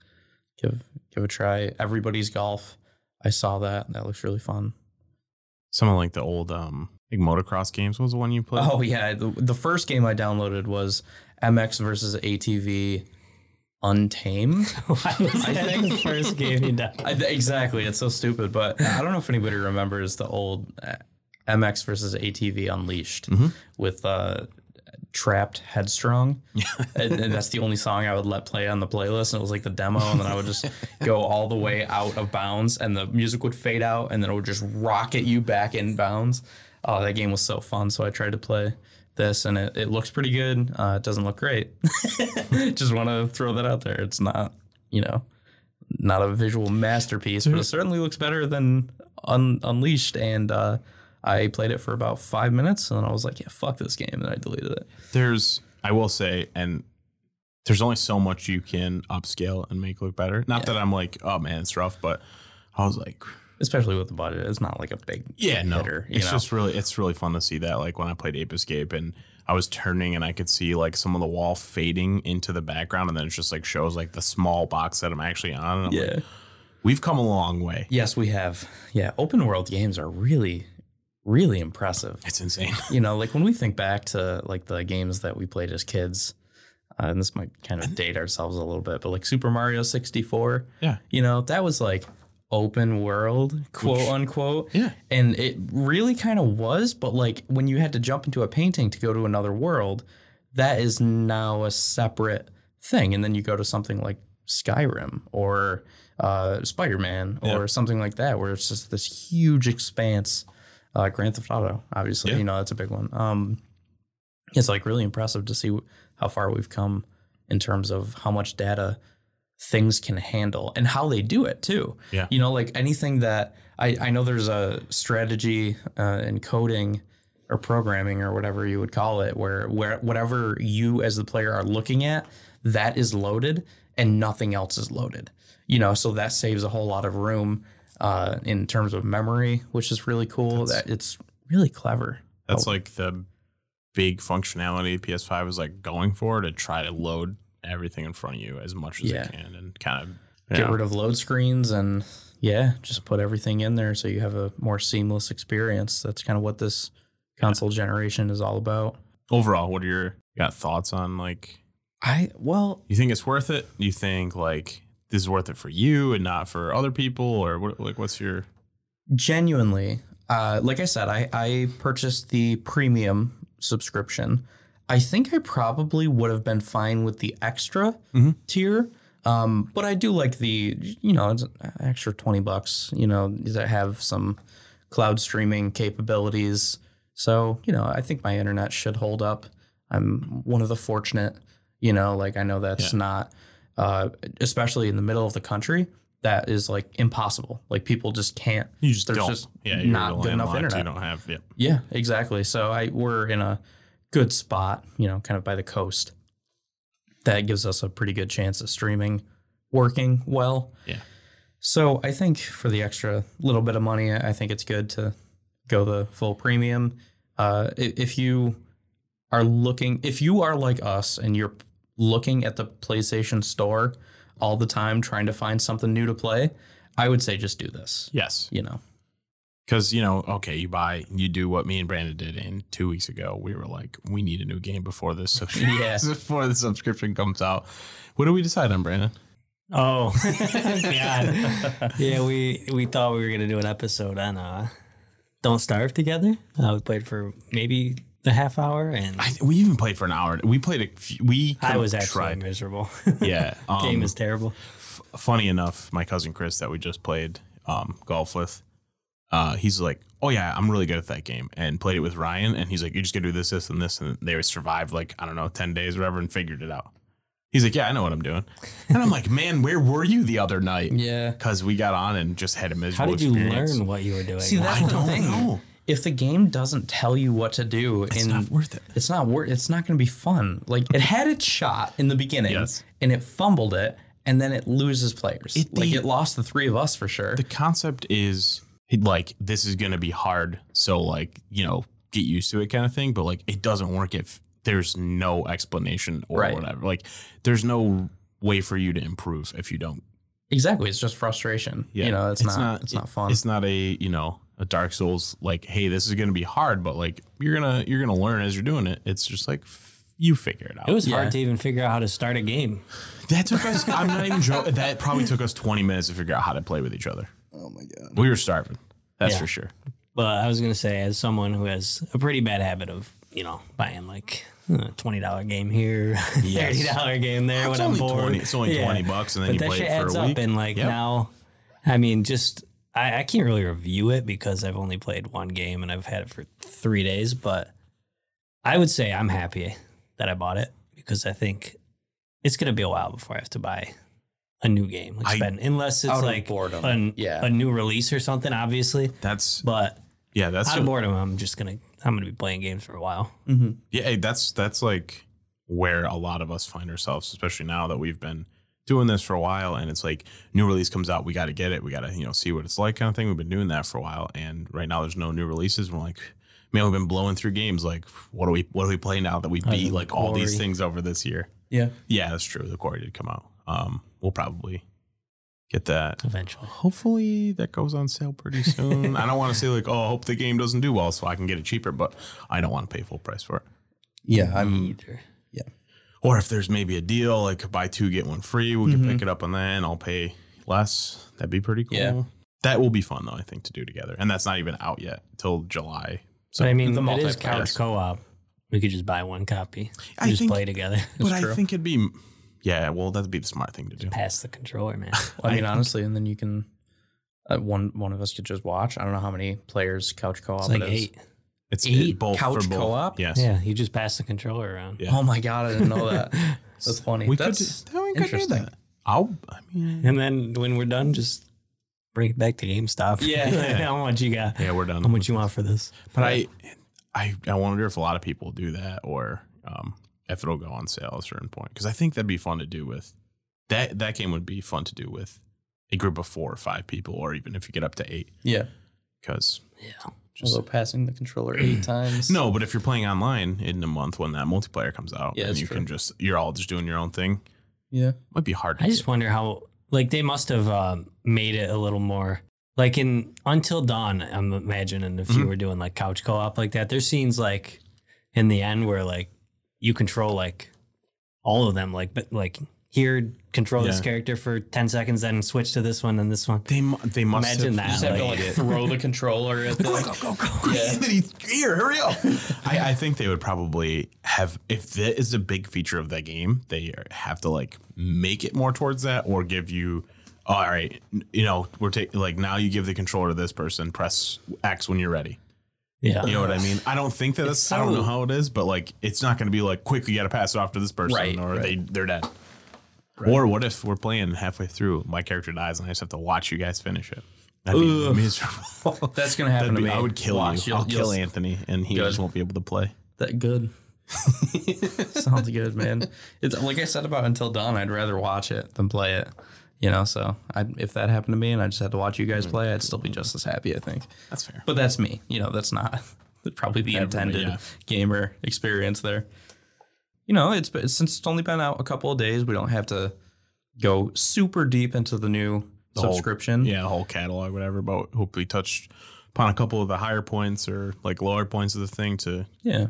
Speaker 1: give give a try. Everybody's golf. I saw that. and That looks really fun.
Speaker 2: Some of like the old um like motocross games What was the one you played.
Speaker 1: Oh yeah, the, the first game I downloaded was MX versus ATV Untamed.
Speaker 3: Why was that the first game you done?
Speaker 1: I, exactly, it's so stupid. But I don't know if anybody remembers the old uh, MX versus ATV Unleashed with uh, Trapped Headstrong, and, and that's the only song I would let play on the playlist. And it was like the demo, and then I would just go all the way out of bounds, and the music would fade out, and then it would just rocket you back in bounds. Oh, that game was so fun. So I tried to play this, and it, it looks pretty good. Uh, it doesn't look great. just want to throw that out there. It's not, you know not a visual masterpiece,
Speaker 2: Mm-hmm.
Speaker 1: but it certainly looks better than Un- Unleashed. And uh, I played it for about five minutes, and then I was like, "Yeah, fuck this game," and I deleted it.
Speaker 2: there's I will say, and there's only so much you can upscale and make look better. Not that I'm like, oh man, it's rough, but I was like,
Speaker 1: Especially with the budget, it's not like a big
Speaker 2: yeah, no,
Speaker 1: hitter. You
Speaker 2: it's
Speaker 1: know?
Speaker 2: just really, it's really fun to see that. Like when I played Ape Escape and I was turning and I could see like some of the wall fading into the background, and then it just like shows like the small box that I'm actually on. And I'm like,
Speaker 1: yeah.
Speaker 2: we've come a long way.
Speaker 1: Yes, we have. Yeah, open world games are really, really impressive.
Speaker 2: It's insane.
Speaker 1: You know, like when we think back to like the games that we played as kids, uh, and this might kind of date ourselves a little bit, but like Super Mario sixty four.
Speaker 2: yeah,
Speaker 1: you know that was like open world quote
Speaker 2: Which-
Speaker 1: unquote
Speaker 2: Yeah.
Speaker 1: and it really kind of was but like when you had to jump into a painting to go to another world that is now a separate thing and then you go to something like skyrim or uh, spider-man or
Speaker 2: Yeah.
Speaker 1: something like that where it's just this huge expanse uh, grand theft auto obviously
Speaker 2: Yeah.
Speaker 1: you know that's a big one um, it's like really impressive to see how far we've come in terms of how much data things can handle and how they do it too.
Speaker 2: Yeah.
Speaker 1: You know, like anything that I, I know there's a strategy uh, in coding or programming or whatever you would call it, where, where whatever you as the player are looking at, that is loaded and nothing else is loaded. You know, so that saves a whole lot of room uh, in terms of memory, which is really cool. that it's really clever.
Speaker 2: that's like the big functionality PS5 is like going for to try to load everything in front of you as much as
Speaker 1: Yeah.
Speaker 2: it can and kind of
Speaker 1: get
Speaker 2: yeah.
Speaker 1: rid of load screens and yeah, just put everything in there so you have a more seamless experience. That's kind of what this console generation is all about.
Speaker 2: overall, what are your you got thoughts on like
Speaker 1: I well,
Speaker 2: you think it's worth it? You think like this is worth it for you and not for other people or what like what's your
Speaker 1: genuinely, uh, like I said, I, I purchased the premium subscription. I think I probably would have been fine with the extra
Speaker 2: Mhm.
Speaker 1: tier. Um, but I do like the, you know, it's an extra 20 bucks, you know, that have some cloud streaming capabilities. So, you know, I think my internet should hold up. I'm one of the fortunate, You know, like I know that's
Speaker 2: Yeah.
Speaker 1: not, uh, especially in the middle of the country, that is like impossible. Like people just can't.
Speaker 2: You just
Speaker 1: There's
Speaker 2: don't.
Speaker 1: just
Speaker 2: yeah, you're
Speaker 1: not
Speaker 2: real
Speaker 1: good enough
Speaker 2: analog, so You
Speaker 1: internet.
Speaker 2: don't have. Yeah.
Speaker 1: Yeah, exactly. So I we're in a good spot, you know, kind of by the coast. That gives us a pretty good chance of streaming working well.
Speaker 2: Yeah.
Speaker 1: So I think for the extra little bit of money, I think it's good to go the full premium. Uh, i- if you are looking, if you are like us and you're looking at the PlayStation Store all the time trying to find something new to play, I would say just do this.
Speaker 2: Yes.
Speaker 1: You know,
Speaker 2: Because, you know, okay, you buy, you do what me and Brandon did in two weeks ago. We were like, we need a new game before this sub-
Speaker 1: Yeah.
Speaker 2: before the subscription comes out. What do we decide on, Brandon?
Speaker 3: Oh, God. Yeah, we we thought we were gonna do an episode on uh, "Don't Starve" together. Uh, we played for maybe a half hour, and
Speaker 2: I, we even played for an hour. We played a few, we
Speaker 3: I was
Speaker 2: kinda
Speaker 3: actually
Speaker 2: tried.
Speaker 3: miserable.
Speaker 2: Yeah. Um,
Speaker 3: Game is terrible.
Speaker 2: funny enough, my cousin Chris that we just played um, golf with, uh, he's like, "Oh yeah, I'm really good at that game," and played it with Ryan, and he's like, "You're just gonna do this, this, and this," and they survived like I don't know, ten days or whatever, and figured it out. He's like, "Yeah, I know what I'm doing," and I'm like, "Man, where were you the other night?"
Speaker 1: yeah.
Speaker 2: Because we got on and just had a
Speaker 3: How
Speaker 2: miserable.
Speaker 3: did you
Speaker 2: experience.
Speaker 3: learn what you were doing?
Speaker 1: See, that's
Speaker 2: I
Speaker 1: the
Speaker 2: don't
Speaker 1: thing.
Speaker 2: know.
Speaker 1: If the game doesn't tell you what to do,
Speaker 2: It's
Speaker 1: in,
Speaker 2: not worth it.
Speaker 1: It's not worth. It's not going to be fun. Like it had its shot in the beginning,
Speaker 2: Yes.
Speaker 1: and it fumbled it, and then it loses players.
Speaker 2: It-
Speaker 1: like
Speaker 2: the-
Speaker 1: it lost the three of us for sure.
Speaker 2: The concept is like this is gonna be hard, so like you know, get used to it kind of thing. But like it doesn't work if there's no explanation or
Speaker 1: Right.
Speaker 2: whatever. Like there's no way for you to improve if you don't.
Speaker 1: exactly. It's just frustration. You know, it's, not, It's
Speaker 2: it-
Speaker 1: not fun.
Speaker 2: It's not a you know a Dark Souls like hey this is gonna be hard, but like you're gonna you're gonna learn as you're doing it. It's just like f- you figure it out.
Speaker 3: It was
Speaker 1: Yeah.
Speaker 3: hard to even figure out how to start a game.
Speaker 2: That took us. I'm not even joking. That probably took us 20 minutes to figure out how to play with each other. Oh my god. We were starving. That's
Speaker 3: Yeah.
Speaker 2: for sure.
Speaker 3: But I was gonna say, as someone who has a pretty bad habit of, you know, buying like a twenty dollar game here,
Speaker 2: Yes. Ah,
Speaker 3: thirty dollar game there
Speaker 2: It's
Speaker 3: when
Speaker 2: only
Speaker 3: I'm bored.
Speaker 2: 20 it's only 20 bucks, and then
Speaker 3: but
Speaker 2: you
Speaker 3: that
Speaker 2: play
Speaker 3: shit
Speaker 2: it for a
Speaker 3: adds up,
Speaker 2: week.
Speaker 3: and like
Speaker 2: Yep.
Speaker 3: now, I mean, just I, I can't really review it because I've only played one game and I've had it for three days. But I would say I'm happy that I bought it because I think it's gonna be a while before I have to buy a new game, like
Speaker 2: I-
Speaker 3: spend, unless it's
Speaker 1: Out of
Speaker 3: like
Speaker 1: boredom.
Speaker 3: an-
Speaker 1: Yeah.
Speaker 3: a new release or something, obviously.
Speaker 2: That's
Speaker 3: But
Speaker 2: yeah. That's
Speaker 3: out
Speaker 2: a-
Speaker 3: of boredom, I'm just gonna I'm gonna be playing games for a while.
Speaker 1: Mhm.
Speaker 2: yeah. hey, That's that's like where a lot of us find ourselves, especially now that we've been doing this for a while, and it's like new release comes out, we got to get it, we got to you know see what it's like, kind of thing. We've been doing that for a while, and right now there's no new releases. We're like. Man, we've been blowing through games. Like, what do we what do we play now that we beat
Speaker 1: the
Speaker 2: like all these
Speaker 1: quarry.
Speaker 2: things over this year?
Speaker 1: Yeah.
Speaker 2: Yeah, that's true. The quarry did come out. Um, we'll probably get that.
Speaker 3: Eventually,
Speaker 2: Hopefully that goes on sale pretty soon. I don't want to say like, oh, I hope the game doesn't do well so I can get it cheaper, but I don't want to pay full price for it.
Speaker 1: Yeah. I'm.
Speaker 3: either.
Speaker 2: Or if there's maybe a deal like buy two get one free, we can
Speaker 3: Mm-hmm.
Speaker 2: pick it up on that and I'll pay less. That'd be pretty cool.
Speaker 1: Yeah.
Speaker 2: That will be fun though, I think, to do together. And that's not even out yet till July. So
Speaker 3: But I mean,
Speaker 1: the
Speaker 3: it is
Speaker 1: multiplayer.
Speaker 3: couch co-op. We could just buy one copy.
Speaker 2: I
Speaker 3: and just
Speaker 2: think-
Speaker 3: play together.
Speaker 2: but I
Speaker 1: true.
Speaker 2: think it'd be yeah, well, that'd be the smart thing to do.
Speaker 3: Pass the controller, man.
Speaker 1: I mean, honestly, and then you can. Uh, one one of us could just watch. I don't know how many players couch co-op
Speaker 3: It's like
Speaker 1: it is.
Speaker 3: eight.
Speaker 2: It's
Speaker 1: Eight
Speaker 2: both
Speaker 1: couch
Speaker 2: for both.
Speaker 1: co-op?
Speaker 2: Yes.
Speaker 3: Yeah, you just pass the controller around.
Speaker 2: Yeah.
Speaker 1: Oh my god! I didn't know that. That's funny.
Speaker 2: We could,
Speaker 1: That's
Speaker 2: do- we could do
Speaker 1: interesting.
Speaker 2: that. I'll, I mean,
Speaker 3: And then when we're done, just bring it back to GameStop.
Speaker 1: Yeah.
Speaker 3: how much you got?
Speaker 2: yeah, we're done.
Speaker 3: How much you want for this?
Speaker 2: But I, I, I wonder if a lot of people do that, or um, if it'll go on sale at a certain point. Because I think that'd be fun to do with that. That game would be fun to do with a group of four or five people, or even if you get up to eight.
Speaker 1: yeah.
Speaker 2: Because
Speaker 3: Yeah.
Speaker 2: just
Speaker 1: Although passing the controller eight times.
Speaker 2: no, but if you're playing online in a month when that multiplayer comes out,
Speaker 1: Yeah,
Speaker 2: and
Speaker 1: that's
Speaker 2: you
Speaker 1: true.
Speaker 2: can just you're all just doing your own thing.
Speaker 1: Yeah.
Speaker 2: Might be hard. To
Speaker 3: I just
Speaker 2: do.
Speaker 3: wonder how like they must have um, made it a little more like in Until Dawn. I'm imagining if you
Speaker 2: Mhm.
Speaker 3: were doing like couch co-op like that, there's scenes like in the end where like you control like all of them, like but like here control this
Speaker 2: Yeah.
Speaker 3: character for ten seconds, then switch to this one and this one.
Speaker 2: they mu- they must
Speaker 3: Imagine
Speaker 2: have,
Speaker 3: that.
Speaker 1: Just have to
Speaker 3: like
Speaker 1: like
Speaker 3: it.
Speaker 1: throw the controller at the.
Speaker 2: go, go, go. Here, hurry up. I, I think they would probably have, if that is a big feature of that game, they are- have to like make it more towards that or give you, "Oh, all right, you know, we're taking, like, now you give the controller to this person, press X when you're ready.
Speaker 3: Yeah.
Speaker 2: You know what I mean? I don't think that
Speaker 3: It's
Speaker 2: that's, I don't
Speaker 3: so-
Speaker 2: know how it is, but like it's not going to be like quick. You got to pass it off to this person,
Speaker 1: Right,
Speaker 2: or
Speaker 1: right.
Speaker 2: they they're dead. Or what if we're playing halfway through, my character dies, and I just have to watch you guys finish it? That'd be
Speaker 1: Ugh.
Speaker 2: miserable.
Speaker 1: That's gonna happen
Speaker 2: oh, That'd
Speaker 1: to
Speaker 2: be,
Speaker 1: me.
Speaker 2: I would kill
Speaker 1: Watch,
Speaker 2: you.
Speaker 1: you'll-
Speaker 2: I'll kill
Speaker 1: you'll-
Speaker 2: Anthony, and he
Speaker 1: Good.
Speaker 2: just won't be able to play.
Speaker 1: That good. Sounds good, man. It's like I said about Until Dawn. I'd rather watch it than play it. You know, so I, if that happened to me and I just had to watch you
Speaker 2: Mm-hmm.
Speaker 1: guys play, I'd still be just as happy. I think.
Speaker 2: That's fair.
Speaker 1: But that's me. You know, that's not that's probably the
Speaker 2: Everybody,
Speaker 1: intended
Speaker 2: yeah.
Speaker 1: gamer experience there. You know, it's been, since it's only been out a couple of days, we don't have to go super deep into the new
Speaker 2: The whole-
Speaker 1: subscription.
Speaker 2: yeah, the whole catalog, whatever. But hope we touched upon a couple of the higher points or like lower points of the thing to
Speaker 1: Yeah.
Speaker 2: you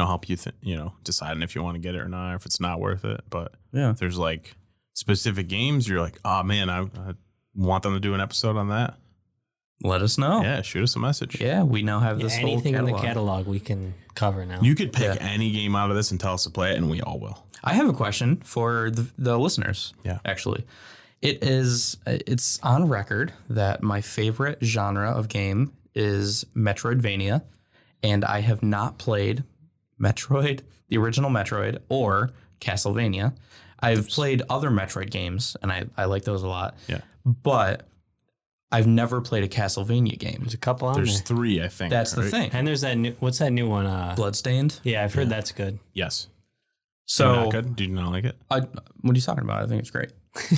Speaker 2: know help you th- you know deciding if you want to get it or not, if it's not worth it. But
Speaker 1: Yeah.
Speaker 2: if there's like specific games you're like, oh man, I, I want them to do an episode on that.
Speaker 1: Let us know. Oh. Yeah.
Speaker 2: Yeah, shoot us a message.
Speaker 1: we now have
Speaker 3: Yeah,
Speaker 1: this whole
Speaker 3: anything in
Speaker 1: catalog.
Speaker 3: the catalog we can cover now.
Speaker 2: You could pick
Speaker 1: Yeah.
Speaker 2: any game out of this and tell us to play it, and we all will.
Speaker 1: I have a question for the, the listeners.
Speaker 2: Yeah.
Speaker 1: Actually, it is it's on record that my favorite genre of game is Metroidvania, and I have not played Metroid, the original Metroid, or Castlevania. I've played other Metroid games, and I, I like those a lot.
Speaker 2: Yeah.
Speaker 1: But I've never played a Castlevania game.
Speaker 3: there's a couple on
Speaker 2: There's
Speaker 3: there.
Speaker 2: three, I think.
Speaker 1: That's the
Speaker 2: right?
Speaker 1: thing.
Speaker 3: and there's that new. What's that new one? Uh,
Speaker 1: Bloodstained.
Speaker 3: yeah, I've heard that's good.
Speaker 2: Yes.
Speaker 1: So
Speaker 2: not good. Did you not like it?
Speaker 1: I, what are you talking about? I think it's great.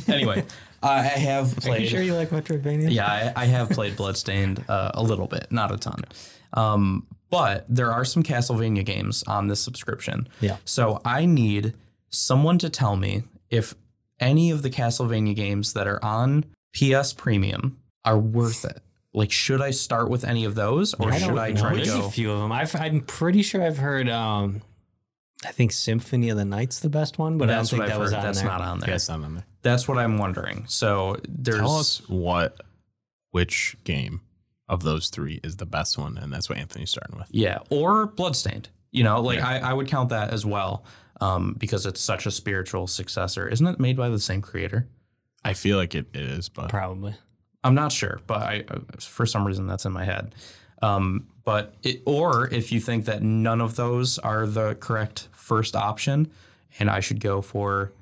Speaker 1: Anyway, I have
Speaker 3: Are you
Speaker 1: played.
Speaker 3: sure you like Metroidvania?
Speaker 1: yeah, I, I have played Bloodstained uh, a little bit, not a ton. Um, but there are some Castlevania games on this subscription.
Speaker 3: Yeah.
Speaker 1: So I need someone to tell me if any of the Castlevania games that are on PS Premium are worth it. Like, should I start with any of those, or
Speaker 3: I
Speaker 1: should
Speaker 3: don't
Speaker 1: I
Speaker 3: know.
Speaker 1: try to
Speaker 3: There's
Speaker 1: go?
Speaker 3: a few of them. I've, I'm pretty sure I've heard. Um, I think Symphony of the Night's the best one, but
Speaker 1: That's
Speaker 3: I
Speaker 1: what
Speaker 3: don't think
Speaker 1: I've
Speaker 3: that was
Speaker 1: heard.
Speaker 3: on
Speaker 1: That's
Speaker 3: there.
Speaker 1: not on there.
Speaker 2: Yeah, it's not on there.
Speaker 1: That's what I'm wondering. So there's
Speaker 2: Tell us what, which game of those three is the best one, and that's what Anthony's starting with.
Speaker 1: Yeah, or Bloodstained. You know, like
Speaker 2: Yeah.
Speaker 1: I, I would count that as well um, because it's such a spiritual successor. Isn't it made by the same creator?
Speaker 2: I feel like it, it is, but
Speaker 3: Probably.
Speaker 1: I'm not sure, but I for some reason that's in my head. Um, but it, or if you think that none of those are the correct first option, and I should go for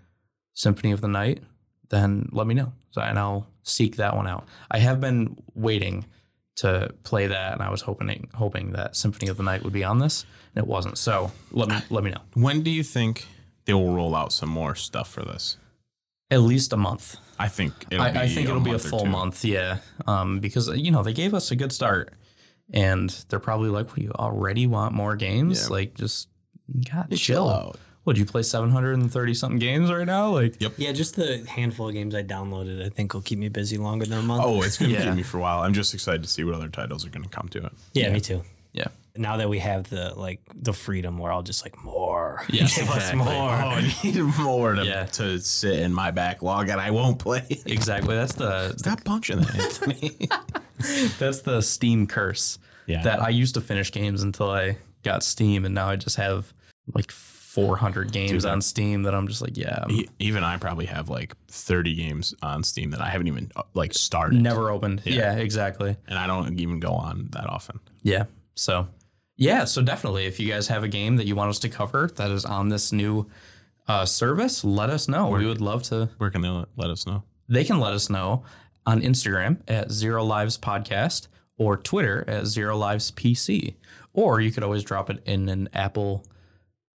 Speaker 1: Symphony of the Night, then let me know, so, and I'll seek that one out. I have been waiting to play that, and I was hoping hoping that Symphony of the Night would be on this, and it wasn't. So let me let me know.
Speaker 2: when do you think they will roll out some more stuff for this?
Speaker 1: At least a month.
Speaker 2: I think it'll
Speaker 1: I, I think it'll be a
Speaker 2: month or
Speaker 1: full
Speaker 2: two.
Speaker 1: month, yeah. Um, because you know they gave us a good start, and they're probably like, "Well, you already want more games?
Speaker 2: Yeah.
Speaker 1: Like, just God,
Speaker 2: Yeah,
Speaker 1: chill.
Speaker 2: out.
Speaker 1: What do you play seven hundred and thirty something games right now? Like,
Speaker 2: Yep.
Speaker 3: Yeah, just the handful of games I downloaded, I think will keep me busy longer than a month.
Speaker 2: Oh, it's going to
Speaker 1: Yeah.
Speaker 2: keep me for a while. I'm just excited to see what other titles are going to come to it.
Speaker 3: yeah, me too.
Speaker 1: yeah,
Speaker 3: Now that we have the like the freedom, we're all just like more.
Speaker 1: Yes,
Speaker 3: give
Speaker 1: exactly.
Speaker 3: us more.
Speaker 2: Oh, I need more to,
Speaker 1: Yeah.
Speaker 2: to sit in my backlog and I won't play.
Speaker 1: exactly. That's the
Speaker 2: Stop punching that, Anthony.
Speaker 1: that's the Steam curse.
Speaker 2: Yeah.
Speaker 1: That I used to finish games until I got Steam, and now I just have like four hundred games on Steam that I'm just like, yeah, I'm
Speaker 2: E- Even I probably have like 30 games on Steam that I haven't even uh, like started.
Speaker 1: never opened. yeah exactly.
Speaker 2: And I don't even go on that often.
Speaker 1: Yeah. So, yeah. So definitely, if you guys have a game that you want us to cover that is on this new uh, service, let us know. We would love to.
Speaker 2: Where can they let, let us know?
Speaker 1: They can let us know on Instagram at Zero Lives Podcast or Twitter at Zero Lives PC, or you could always drop it in an Apple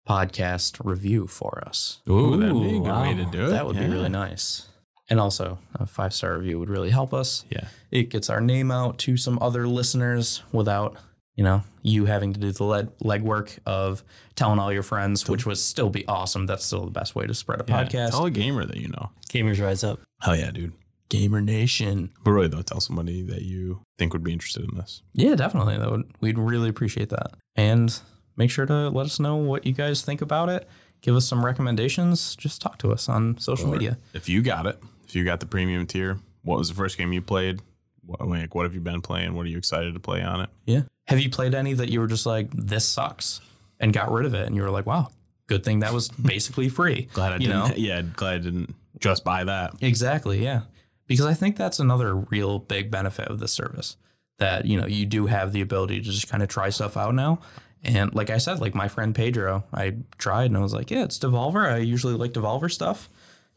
Speaker 1: podcast review for us.
Speaker 2: Ooh, that'd be a
Speaker 3: Ooh,
Speaker 2: good way to
Speaker 3: wow.
Speaker 2: do it.
Speaker 1: That would
Speaker 2: Yeah.
Speaker 1: be really nice. And also, a five star review would really help us
Speaker 2: Yeah.
Speaker 1: it gets our name out to some other listeners without you know you having to do the leg legwork of telling all your friends which would still be awesome that's still the best way to spread a
Speaker 2: Yeah.
Speaker 1: podcast
Speaker 2: Tell a gamer that you know.
Speaker 3: Gamers rise up.
Speaker 2: Hell yeah, dude.
Speaker 1: gamer nation
Speaker 2: But really, though, tell somebody that you think would be interested in this.
Speaker 1: yeah definitely that would we'd really appreciate that and make sure to let us know what you guys think about it give us some recommendations just talk to us on
Speaker 2: Oh,
Speaker 1: social media
Speaker 2: If you got it, if you got the premium tier, what was the first game you played? What, like, what have you been playing? What are you excited to play on it?
Speaker 1: yeah have you played any that you were just like this sucks and got rid of it and you were like wow good thing that was basically free
Speaker 2: Glad I
Speaker 1: you
Speaker 2: didn't.
Speaker 1: know?
Speaker 2: Yeah, glad I didn't just buy that.
Speaker 1: Exactly, yeah. Because I think that's another real big benefit of this service that you know you do have the ability to just kind of try stuff out now. And like I said, like my friend Pedro, I tried and I was like, yeah, it's Devolver. I usually like Devolver stuff.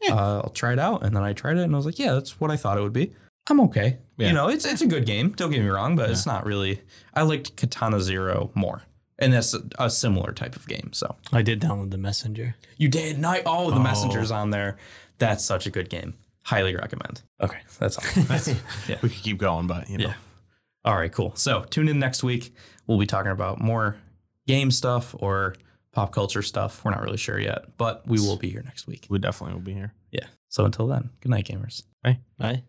Speaker 1: Uh, I'll try it out, and then I tried it and I was like, yeah, that's what I thought it would be. I'm okay.
Speaker 2: Yeah.
Speaker 1: You know, it's it's a good game. Don't get me wrong, but it's not really. I liked Katana Zero more, and that's a, a similar type of game. So
Speaker 3: I did download the messenger.
Speaker 1: you did night. Oh, the messengers on there. That's such a good game. Highly recommend. Okay, that's all.
Speaker 2: We could keep going, but you know,
Speaker 1: Yeah. All right, cool. So tune in next week. We'll be talking about more game stuff or pop culture stuff. We're not really sure yet, but we will be here next week.
Speaker 2: we definitely will be here.
Speaker 1: Yeah. So until then, good night, gamers.
Speaker 2: Right.
Speaker 3: Right?